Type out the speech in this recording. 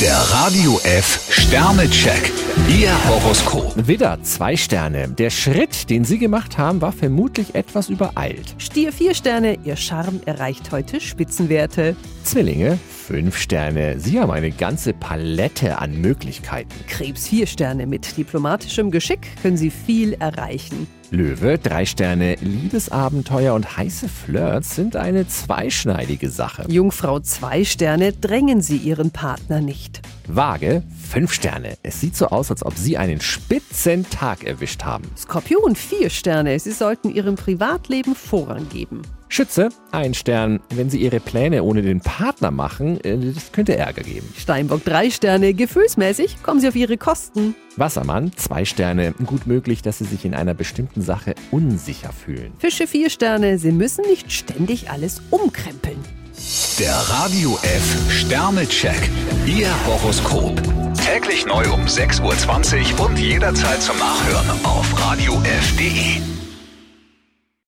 Der Radio F Sternecheck. Ihr Horoskop. Widder, zwei Sterne. Der Schritt, den Sie gemacht haben, war vermutlich etwas übereilt. Stier vier Sterne, Ihr Charme erreicht heute Spitzenwerte. Zwillinge, fünf Sterne. Sie haben eine ganze Palette an Möglichkeiten. Krebs vier Sterne, mit diplomatischem Geschick können Sie viel erreichen. Löwe, drei Sterne. Liebesabenteuer und heiße Flirts sind eine zweischneidige Sache. Jungfrau zwei Sterne, drängen Sie Ihren Partner nicht. Waage, fünf Sterne. Es sieht so aus, als ob Sie einen spitzen Tag erwischt haben. Skorpion vier Sterne, Sie sollten Ihrem Privatleben Vorrang geben. Schütze, ein Stern. Wenn Sie Ihre Pläne ohne den Partner machen, äh, das könnte Ärger geben. Steinbock drei Sterne, gefühlsmäßig kommen Sie auf Ihre Kosten. Wassermann, zwei Sterne. Gut möglich, dass Sie sich in einer bestimmten Sache unsicher fühlen. Fische vier Sterne, Sie müssen nicht ständig alles umkrempeln. Der Radio F Sternecheck. Ihr Horoskop. Täglich neu um 6.20 Uhr und jederzeit zum Nachhören auf Radio radiof.de.